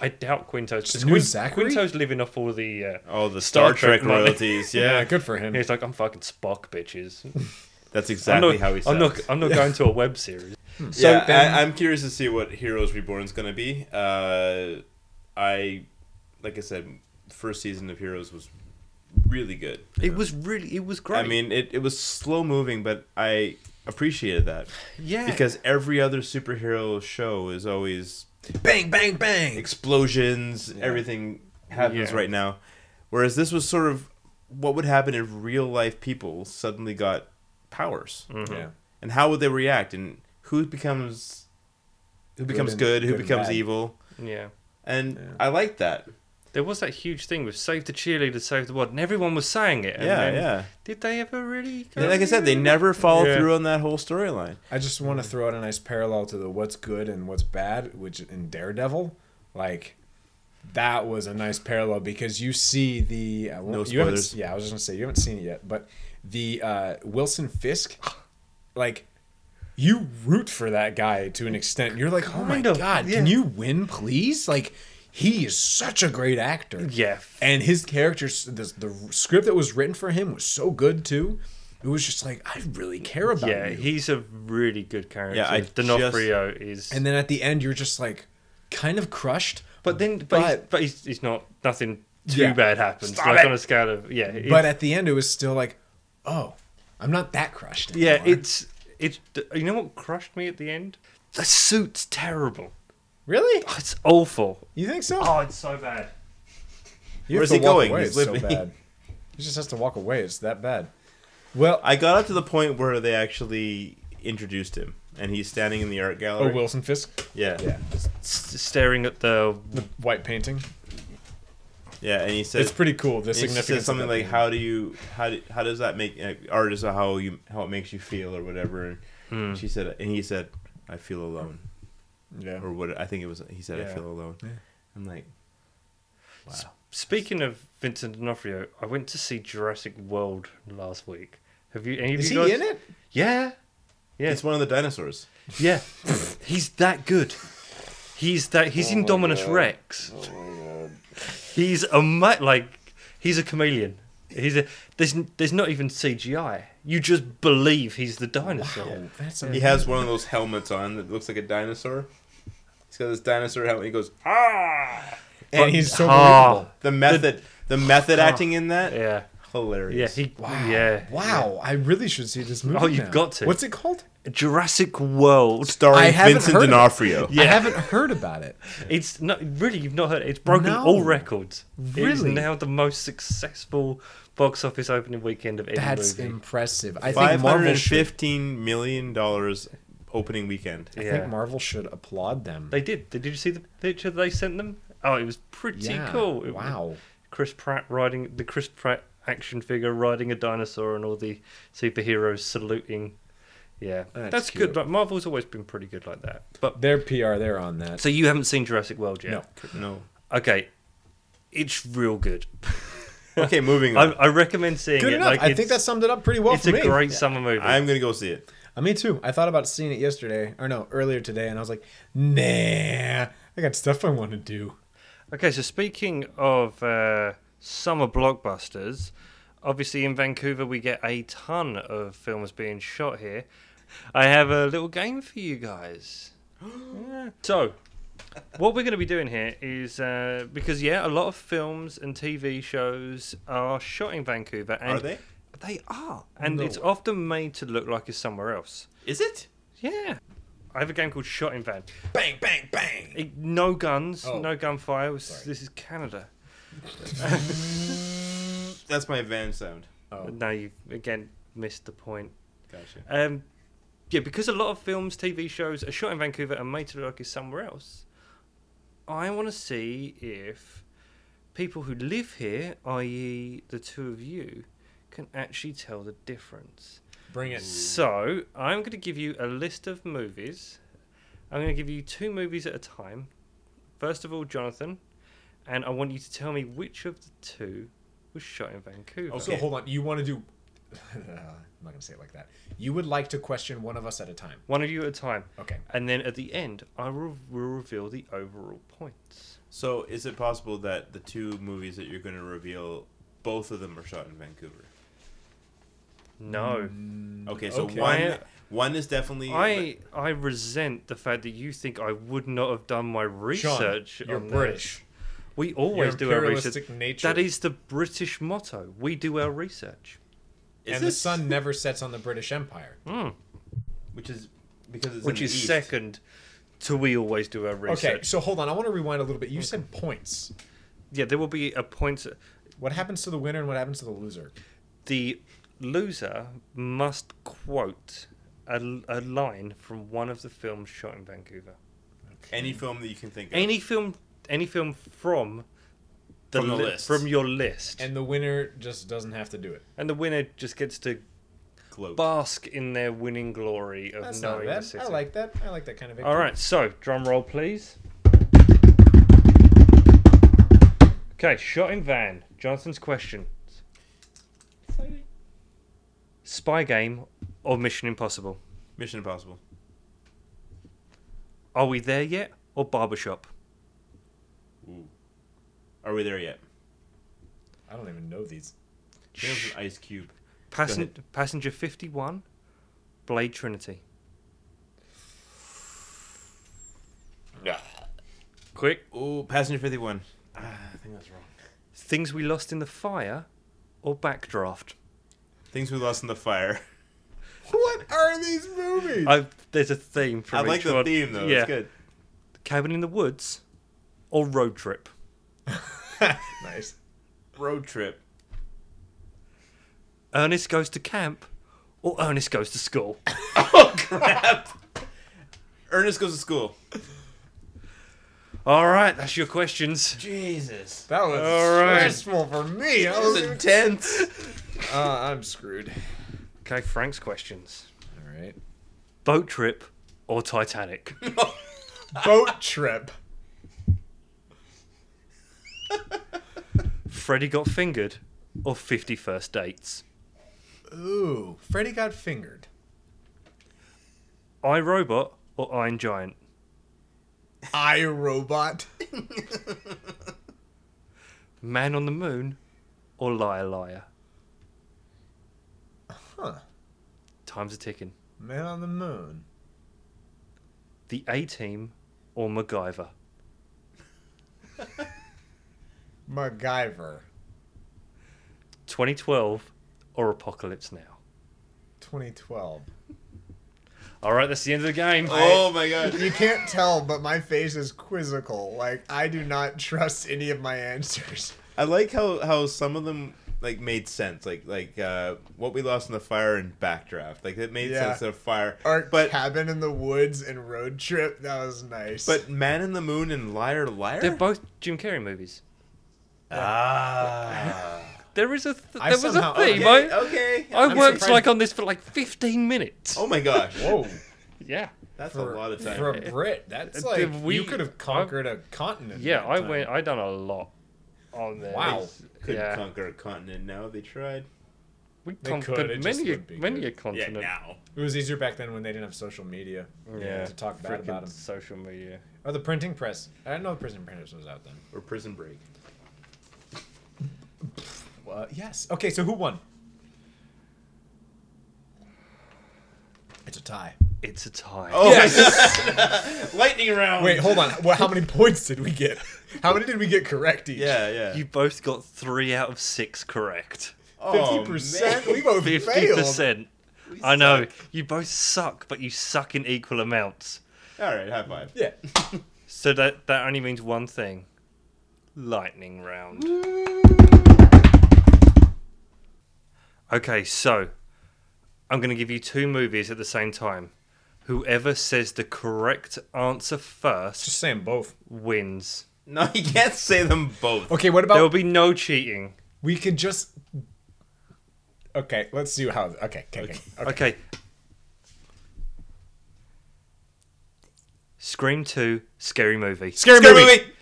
C: I doubt Quinto's. 'cause
B: Just new Zachary?
C: Quinto's living off all the. Uh,
A: Oh, the Star,
C: Star Trek
A: Trek,
C: money.
A: *laughs* royalties. Yeah,
B: good for him.
C: He's like, I'm fucking Spock, bitches.
A: that's
C: I'm
A: exactly
C: not,
A: how he sounds.
C: I'm not. I'm not going to a web series.
B: So
A: yeah,
B: then-
A: I, I'm curious to see what Heroes Reborn is going to be. Uh, I, like I said, first season of Heroes was really good.
C: It was really. It was great.
A: I mean, it, it was slow moving, but I appreciated that
C: yeah.
A: because every other superhero show is always
B: Bang, bang, bang.
A: explosions, everything happens
C: Yeah.
A: right now. Whereas this was sort of what would happen if real life people suddenly got powers,
C: Mm. Mm-hmm.
B: Yeah.
A: and how would they react, and who becomes who becomes
B: and-
A: good, who
B: good and
A: becomes
B: bad.
A: evil.
C: yeah.
A: And
B: Yeah.
A: I like that.
C: There was that huge thing with save the cheerleader, save the world, and everyone was saying it. And
A: yeah,
C: then-
A: yeah.
C: Did they ever really? go-
A: And like I said, they never follow
C: Yeah.
A: through on that whole storyline.
B: I just
C: Mm.
B: want to throw out a nice parallel to the what's good and what's bad, which in Daredevil, like that was a nice parallel because you see the uh,
A: No
B: you haven't,
A: spoilers.
B: yeah, I was just gonna say you haven't seen it yet, but the uh, Wilson Fisk,
C: *gasps*
B: like you root for that guy to an extent. You're like, oh my
C: Kind of,
B: god,
C: yeah.
B: can you win, please? Like he is such a great actor.
C: Yeah.
B: And his character, the, the script that was written for him was so good too. It was just like I really care about
C: Yeah,
B: you.
C: he's a really good character.
A: Yeah, I
C: D'Onofrio is.
B: And then at the end, you're just like kind of crushed.
C: but then, but, he's,
B: but-
C: but he's, he's not. Nothing too
B: Yeah.
C: bad happens.
B: Stop
C: like
B: it.
C: on a scale of yeah, it-
B: But uh, at the end, it was still like, oh, I'm not that crushed.
C: yeah,
B: anymore.
C: it's it's. You know what crushed me at the end? The suit's terrible.
B: really.
C: Oh, It's awful.
B: You think so?
C: Oh, it's so bad.
B: You have
A: Where's
B: to
A: he
B: walk
A: going?
B: Away.
A: He's
B: It's so
A: living.
B: bad. He just has to walk away. It's that bad. Well,
A: I got up to the point where they actually introduced him. and he's standing in the art gallery.
B: Oh, Wilson Fisk,
A: Yeah. yeah,
B: yeah,
C: S- staring at the
B: the white painting.
A: and he says
B: It's pretty cool. The
A: and he
B: significance.
A: says
B: of
A: something
B: that
A: like,
B: painting.
A: "How do you how do, how does that make uh, art is how you how it makes you feel or whatever?" And
C: Hmm.
A: she said, and he said, "I feel alone,"
B: Yeah.
A: or what I think it was. He said, "I
C: Yeah.
A: feel alone."
B: Yeah.
A: I'm like, wow.
C: Speaking of Vincent D'Onofrio, I went to see Jurassic World last week. Have you? Any of
B: Is he
C: you guys?
B: in it?
C: Yeah, yeah,
A: It's one of the dinosaurs.
C: yeah. he's that good. He's that. He's
D: Oh my
C: Indominus
D: God.
C: Rex.
D: Oh my god.
C: He's a ma- like. He's a chameleon. He's a. There's n- there's not even CGI. You just believe he's the dinosaur.
B: Oh, that's
A: He
B: amazing.
A: has one of those helmets on that looks like a dinosaur. He's got this dinosaur helmet. He goes ah.
B: and he's so
C: Ah,
B: believable.
A: The method, the, method
C: Ah.
A: acting in that,
C: yeah, yeah.
A: hilarious.
C: He.
B: Wow.
C: Yeah.
B: Wow. I really should see this movie.
C: Oh, you've
B: now.
C: got to.
B: What's it called?
C: Jurassic World.
B: I
A: starring
B: haven't
A: Vincent
B: heard of it.
A: D'Onofrio.
C: Yeah.
B: I haven't heard about it.
C: It's not really you've not heard it. It's broken
B: No.
C: all records. It is
B: Really?
C: now the most successful box office opening weekend of any
B: That's
C: movie.
B: impressive. I think
A: Five
B: Marvel
A: hundred
B: should.
A: fifteen million dollars opening weekend.
B: I
C: Yeah.
B: think Marvel should applaud them.
C: They did. Did you see the picture that they sent them? Oh, it was pretty
B: yeah.
C: cool. It-
B: Wow.
C: Chris Pratt riding the Chris Pratt action figure riding a dinosaur and all the superheroes saluting. Yeah. That's,
B: That's
C: good.
B: cute.
C: Like Marvel's always been pretty good like that. But
B: Their PR, they're on that.
C: so you haven't seen Jurassic World yet?
B: No.
A: No.
C: Okay. It's real good.
A: *laughs* Okay, moving
C: I,
A: on.
C: I recommend seeing
B: Good
C: it.
B: enough.
C: Like,
B: I
C: it's-
B: think that summed it up pretty well
C: it's
B: for
C: a
B: me.
C: great summer movie.
A: I'm gonna go see it.
B: Uh, me too. I thought about seeing it yesterday, or no, earlier today, and I was like, nah, I got stuff I want to do.
C: Okay, so speaking of uh, summer blockbusters, obviously in Vancouver we get a ton of films being shot here. I have a little game for you
B: *gasps*
C: guys. Yeah. So, what we're going to be doing here is uh, because yeah, a lot of films and TV shows are shot in Vancouver, and
A: Are they?
C: They are, and
B: Oh, No
C: it's
B: way.
C: often made to look like it's somewhere else.
A: Is it?
C: Yeah. I have a game called Shot in Van.
B: Bang, bang, bang.
C: It- No guns,
B: Oh.
C: no gunfire. This-
B: Sorry.
C: This is Canada.
A: That's my van sound.
B: Oh,
C: No, you again missed the point.
A: Gotcha.
C: Um, yeah, because a lot of films, TV shows are shot in Vancouver and made to look like it's somewhere else. I want to see if people who live here, i.e., the two of you, can actually tell the difference.
B: bring it.
C: So I'm going to give you a list of movies. I'm going to give you two movies at a time. First of all, Jonathan, and I want you to tell me which of the two was shot in Vancouver.
B: Also, hold on. You want to do. *laughs* I'm not going to say it like that. You would like to question one of us at a time.
C: One of you at a time.
B: Okay.
C: And then at the end, I will, will reveal the overall points.
A: So, is it possible that the two movies that you're gonna reveal, both of them are shot in Vancouver?
B: Mm.
C: No.
A: Okay, so
B: Okay.
A: one
C: I-
A: one is definitely.
C: I I resent the fact that you think I would not have done my research.
B: you're
C: on this.
B: British.
C: We always
B: Your
C: do our research.
B: imperialistic nature.
C: That is the British motto. We do our research.
A: Is
B: and the
A: it?
B: sun never sets on the British Empire.
A: which is because it's in
C: which
A: the
C: is
A: east.
C: second to we always do our research.
B: Okay, so hold on. I want to rewind a little bit. You said points.
C: Yeah, there will be a point.
B: What happens to the winner and what happens to the loser?
C: The loser must quote a, a line from one of the films shot in Vancouver.
A: Any film that you can think of.
C: Any film, any film from the,
A: From the
C: li-
A: list.
C: from your list, and,
B: And the winner just doesn't have to do it.
C: the winner just gets to
A: Globe.
C: bask in their winning glory of
B: That's not
C: knowing the
B: bad.
C: city.
B: I like that. I like that kind of victory.
C: All right, so drum roll, please. Okay, shot in van. Jonathan's question: Spy Game or Mission Impossible?
A: Mission Impossible.
C: Are we there yet? Or Barbershop?
A: Are we there yet?
B: I don't even know these. *laughs*
A: I think it was an Ice Cube.
C: Passen-
A: ahead.
C: passenger fifty-one, Blade Trinity. Quick.
A: Oh, Passenger Fifty One. Ah, I think that's wrong.
C: Things we lost in the fire, or Backdraft.
A: Things we lost in the *laughs* fire.
B: What are these movies?
C: I there's a theme for
A: Hmm. I like
C: each
A: the
C: one.
A: theme though.
C: Yeah.
A: It's good.
C: Cabin in the Woods, or Road Trip.
B: *laughs* nice.
A: Road *laughs* trip.
C: Ernest goes to camp or Ernest goes to school.
A: Oh crap! Ernest goes to school.
C: All right, that's your questions.
A: Jesus.
B: That was
C: All right.
B: stressful for me. I
A: That was
B: *laughs*
A: *laughs*
B: was,
A: intense.
B: uh, I'm screwed.
C: Okay, Frank's questions.
B: All right.
C: Boat trip or
A: *laughs*
C: Titanic?
B: *laughs* Boat trip.
C: Freddy got fingered or 50 first dates?
B: Ooh, Freddy got fingered.
C: I Robot or Iron Giant?
B: I robot.
C: Man on the Moon or Liar Liar?
B: *laughs* Huh.
C: Time's a ticking.
B: Man on the moon.
C: The A Team or MacGyver?
B: MacGyver.
C: 2012 or Apocalypse Now?
B: 2012.
C: All right, that's the end of the game.
A: Oh my god.
B: You can't tell, but my face is quizzical. Like I do not trust any of my answers. *laughs*
A: I like how how some of them like made sense. Like like uh what we lost in the fire and backdraft. Like it made
B: Yeah.
A: sense of fire.
B: Our
A: but
B: cabin in the woods and road trip. That was nice.
A: but Man in the Moon and Liar Liar.
C: They're both Jim Carrey movies.
A: *laughs* ah.
C: There is a th-
B: I
C: there was a
B: somehow- oh,
C: theme.
A: Okay.
C: I,
A: okay.
C: I
A: I'm
C: worked
A: surprised-
C: like on this for like 15 minutes.
A: Oh my gosh.
B: whoa,
C: Yeah.
A: That's
B: for,
A: a lot of time.
B: for a Brit, that's
C: Uh,
B: like
C: did we-
B: you could have conquered a continent.
C: Yeah,
B: in that
C: I
B: time.
C: went. I done a lot on there.
B: Wow.
C: It's-
A: Couldn't
C: yeah,
A: conquer a continent now. They tried.
C: we
B: They
C: conquered
B: could, it just
C: many, a,
B: would be
C: many a
B: good.
C: continent.
A: Yeah, now.
B: It was easier back then when they didn't have social media. you know,
C: Yeah.
B: to talk bad
C: Freaking
B: about them.
C: social media.
B: Or the printing press. I didn't know the printing press was out then.
A: Or Prison Break.
B: Uh, yes. Okay, so who won? It's a tie.
C: It's a tie.
A: Oh,
B: Yes.
A: *laughs* lightning round.
B: Wait, hold on. Well, how *laughs* many points did we get? How many did we get correct each?
A: Yeah, yeah.
C: You both got three out of six correct.
A: Oh,
B: Fifty percent.
A: man. *laughs*
B: We both
C: Fifty
B: failed.
C: percent. I know you both suck, but you suck in equal amounts.
A: All right, high five.
B: Yeah.
C: So that that only means one thing: lightning round. Okay, so I'm going to give you two movies at the same time. Whoever says the correct answer first
B: Just saying both.
C: wins.
A: No, you can't say them both.
B: Okay, what
C: There will
B: about
C: be no cheating.
B: we could just Okay, let's do how okay, okay, okay. okay.
C: Okay. Scream 2, scary movie.
B: Scary,
A: Scary
B: movie.
A: movie.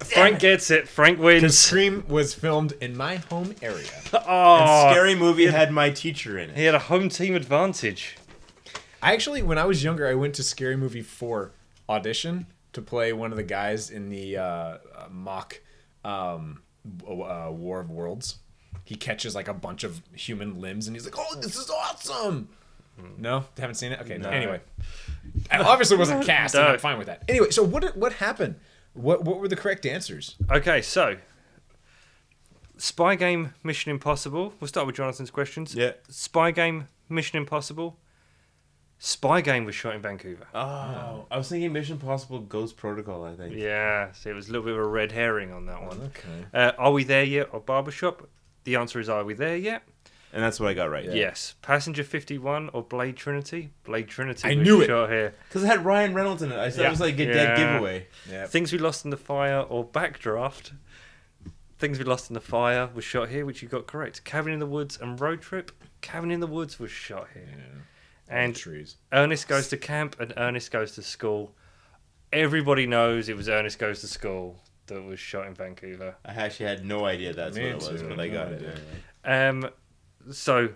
C: Frank gets it. Frank
B: The
C: wins.
B: Scream was filmed in my home area.
C: Oh,
A: Scary movie had my teacher in it.
C: He had a home team advantage.
B: I actually, when I was younger, I went to Scary Movie 4 audition to play one of the guys in the uh, uh, mock um, w- uh, War of Worlds. He catches like a bunch of human limbs and he's like, oh, this is awesome. Hmm. No, haven't seen it. Okay, anyway, I obviously wasn't cast, and
C: No.
B: I'm fine with that. Anyway, so what what happened? What what were the correct answers?
C: Okay, so Spy Game Mission Impossible. We'll start with Jonathan's questions.
A: Yeah.
C: Spy Game Mission Impossible. Spy Game was shot in Vancouver.
A: Oh, I was thinking Mission Impossible Ghost Protocol. I think.
C: Yeah, so it was a little bit of a red herring on that one.
B: Okay,
C: Uh, are we there yet? Or barbershop? The answer is are we there yet?
A: And that's what I got right.
C: Yes. Passenger 51 or Blade Trinity? Blade Trinity
B: I
C: was
B: knew it.
C: shot here.
A: Because it had Ryan Reynolds in it. I said
C: Yeah.
A: it was like a
C: Yeah.
A: dead giveaway.
B: yeah,
C: Things we lost in the fire or backdraft. Things we lost in the fire was shot here, which you got correct. Cabin in the Woods and Road Trip. Cabin in the Woods was shot here. And
B: trees.
C: Ernest goes to camp and Ernest goes to school. Everybody knows it was Ernest goes to school that was shot in Vancouver.
A: I actually had no idea that's
B: Me
A: what it was,
B: too,
A: but I
B: no
A: got
B: idea.
A: it.
C: Um, so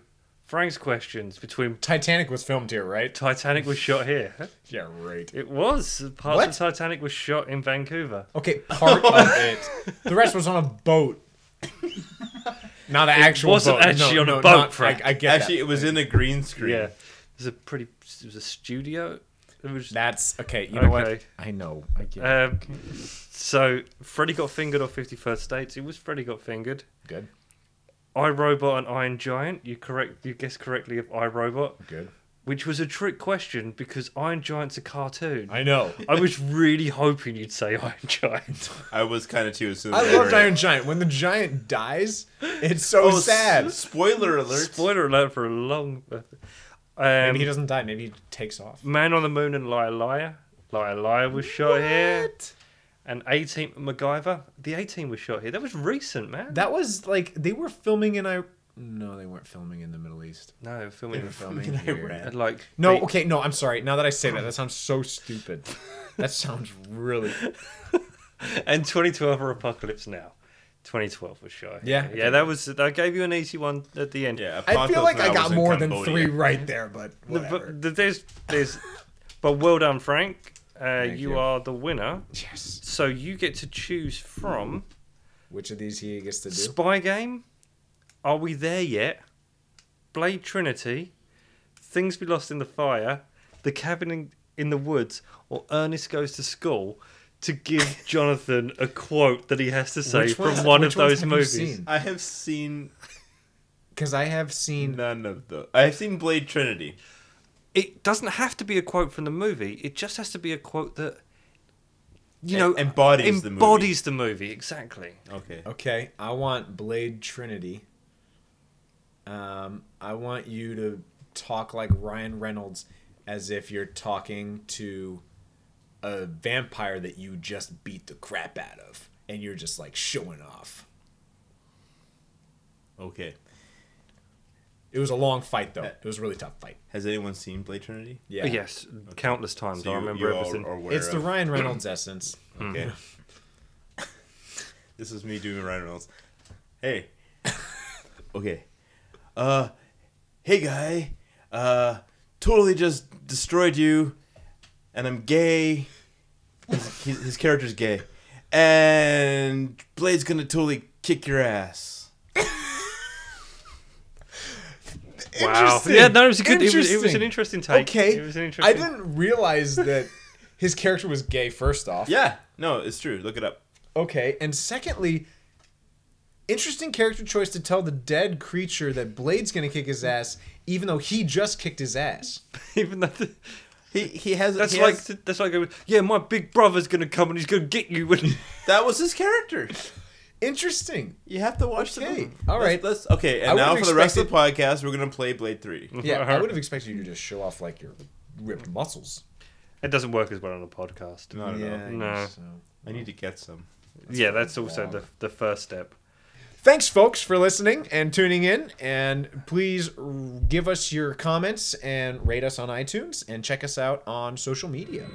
C: Frank's questions between
B: Titanic was filmed here, right?
C: Titanic was shot here.
B: Yeah, right.
C: It was part
B: What?
C: of Titanic was shot in Vancouver.
B: Okay, part of it. The rest was on a boat.
C: *laughs*
B: Not an actual
C: wasn't
B: boat.
C: actually
B: no,
C: on a
B: no,
C: boat,
B: not-
C: Frank.
B: I, I get
A: Actually,
B: that.
A: it was in a green screen.
C: Yeah, it was a pretty. It was a studio. It was.
B: That's okay. You know
C: Okay.
B: what? I know. I get it.
C: Um, so Freddy got fingered off Fifty First Dates. It was Freddy got fingered.
B: Good.
C: I Robot and Iron Giant. You correct. You guessed correctly of I Robot,
B: Good.
C: which was a trick question because Iron Giant's a cartoon. I,
B: I know.
C: was really hoping you'd say Iron Giant.
A: I was kind of too as soon as
B: I loved
A: heard it.
B: Iron Giant. When the giant dies, it's so
A: Oh, s-
B: sad.
A: Spoiler alert.
C: Spoiler alert for a long. Um,
B: Maybe he doesn't die. Maybe he takes off.
C: Man on the Moon and Liar Liar. Like Elijah was shot here, and A Team MacGyver. The A Team was shot here. That was recent, man.
B: That was like they were filming in I. No, they weren't filming in the Middle East.
C: no,
B: They *laughs*
C: filming.
B: were filming
A: in
B: here.
A: Iran.
C: And like
B: No,
C: they-
B: okay, no, I'm sorry. Now that I say that, that sounds so stupid. That sounds really.
C: and 2012 or Apocalypse Now. 2012 was shy.
B: Yeah.
C: yeah, that was that gave you an easy one at the end.
A: Yeah,
B: I feel like
A: Apocalypse Now
B: I
A: was
B: got
A: in
B: more than
A: Cambodia.
B: three right there, but
C: The-
B: whatever.
C: but there's there's, but well done, Frank. Uh,
B: Thank
C: you,
B: you.
C: are the winner.
B: Yes.
C: So you get to choose from
B: Which of these he gets to do?
C: Spy Game, Are We There Yet, Blade Trinity, Things We Lost in the Fire, The Cabin in, in the Woods, or Ernest Goes to School. To
B: *laughs*
C: give Jonathan a quote that he has to say
B: Which
C: from
B: ones-
C: one
B: which
C: of
B: ones
C: those
B: have you
C: movies.
B: seen?
A: I have seen
B: Because I have seen.
A: none of those. I have seen Blade Trinity.
C: it doesn't have to be a quote from the movie. It just has to be a quote that
B: E-
C: you know
A: Em- embodies the movie.
C: embodies the movie exactly.
A: Okay.
B: Okay, I want Blade Trinity. Um, I want you to talk like Ryan Reynolds as if you're talking to a vampire that you just beat the crap out of and you're just like showing off.
A: Okay.
B: It was a long fight though. It was a really tough fight.
A: Has anyone seen Blade Trinity?
B: Yeah.
C: Yes, countless times.
A: So
C: I
A: you-
C: remember
A: you all
C: everything.
A: are aware
B: It's the
A: of-
B: Ryan
C: *clears throat*
B: Reynolds essence.
A: Okay. this is me doing Ryan Reynolds.
B: *laughs*
A: Hey. okay. Uh, hey guy. Uh, totally just destroyed you, and I'm gay. His, his, his character's gay, and Blade's gonna totally kick your ass.
C: wow. Yeah, no, it was a good. It was, it was an
B: Interesting.
C: interesting take.
B: Okay.
C: it was an
B: I
C: interesting.
B: didn't realize that his character was gay first off.
A: Yeah. No, it's true. Look it up.
B: Okay, and secondly, interesting character choice to tell the dead creature that Blade's gonna kick his ass, even though he just kicked his ass.
C: *laughs* Even though the-
A: He he has.
C: that's
A: he
C: like
A: has-
C: that's like going, yeah, my big brother's gonna come and he's gonna get you. When
A: that was his character.
B: Interesting.
A: You have to watch the
B: Okay.
A: movie.
B: All
A: Let's-
B: right.
A: Let's, okay, and
B: I
A: now for
B: would've
A: the rest of the podcast, we're gonna play Blade Three.
C: *laughs*
B: Yeah, I would have expected you to just show off like your ripped muscles.
C: it doesn't work as well on a podcast.
A: No, I don't know.
B: I
C: No.
B: guess so.
A: I need to get some.
C: yeah, that's also the the first step.
B: Thanks, folks, for listening and tuning in. And please r- give us your comments and rate us on iTunes and check us out on social media.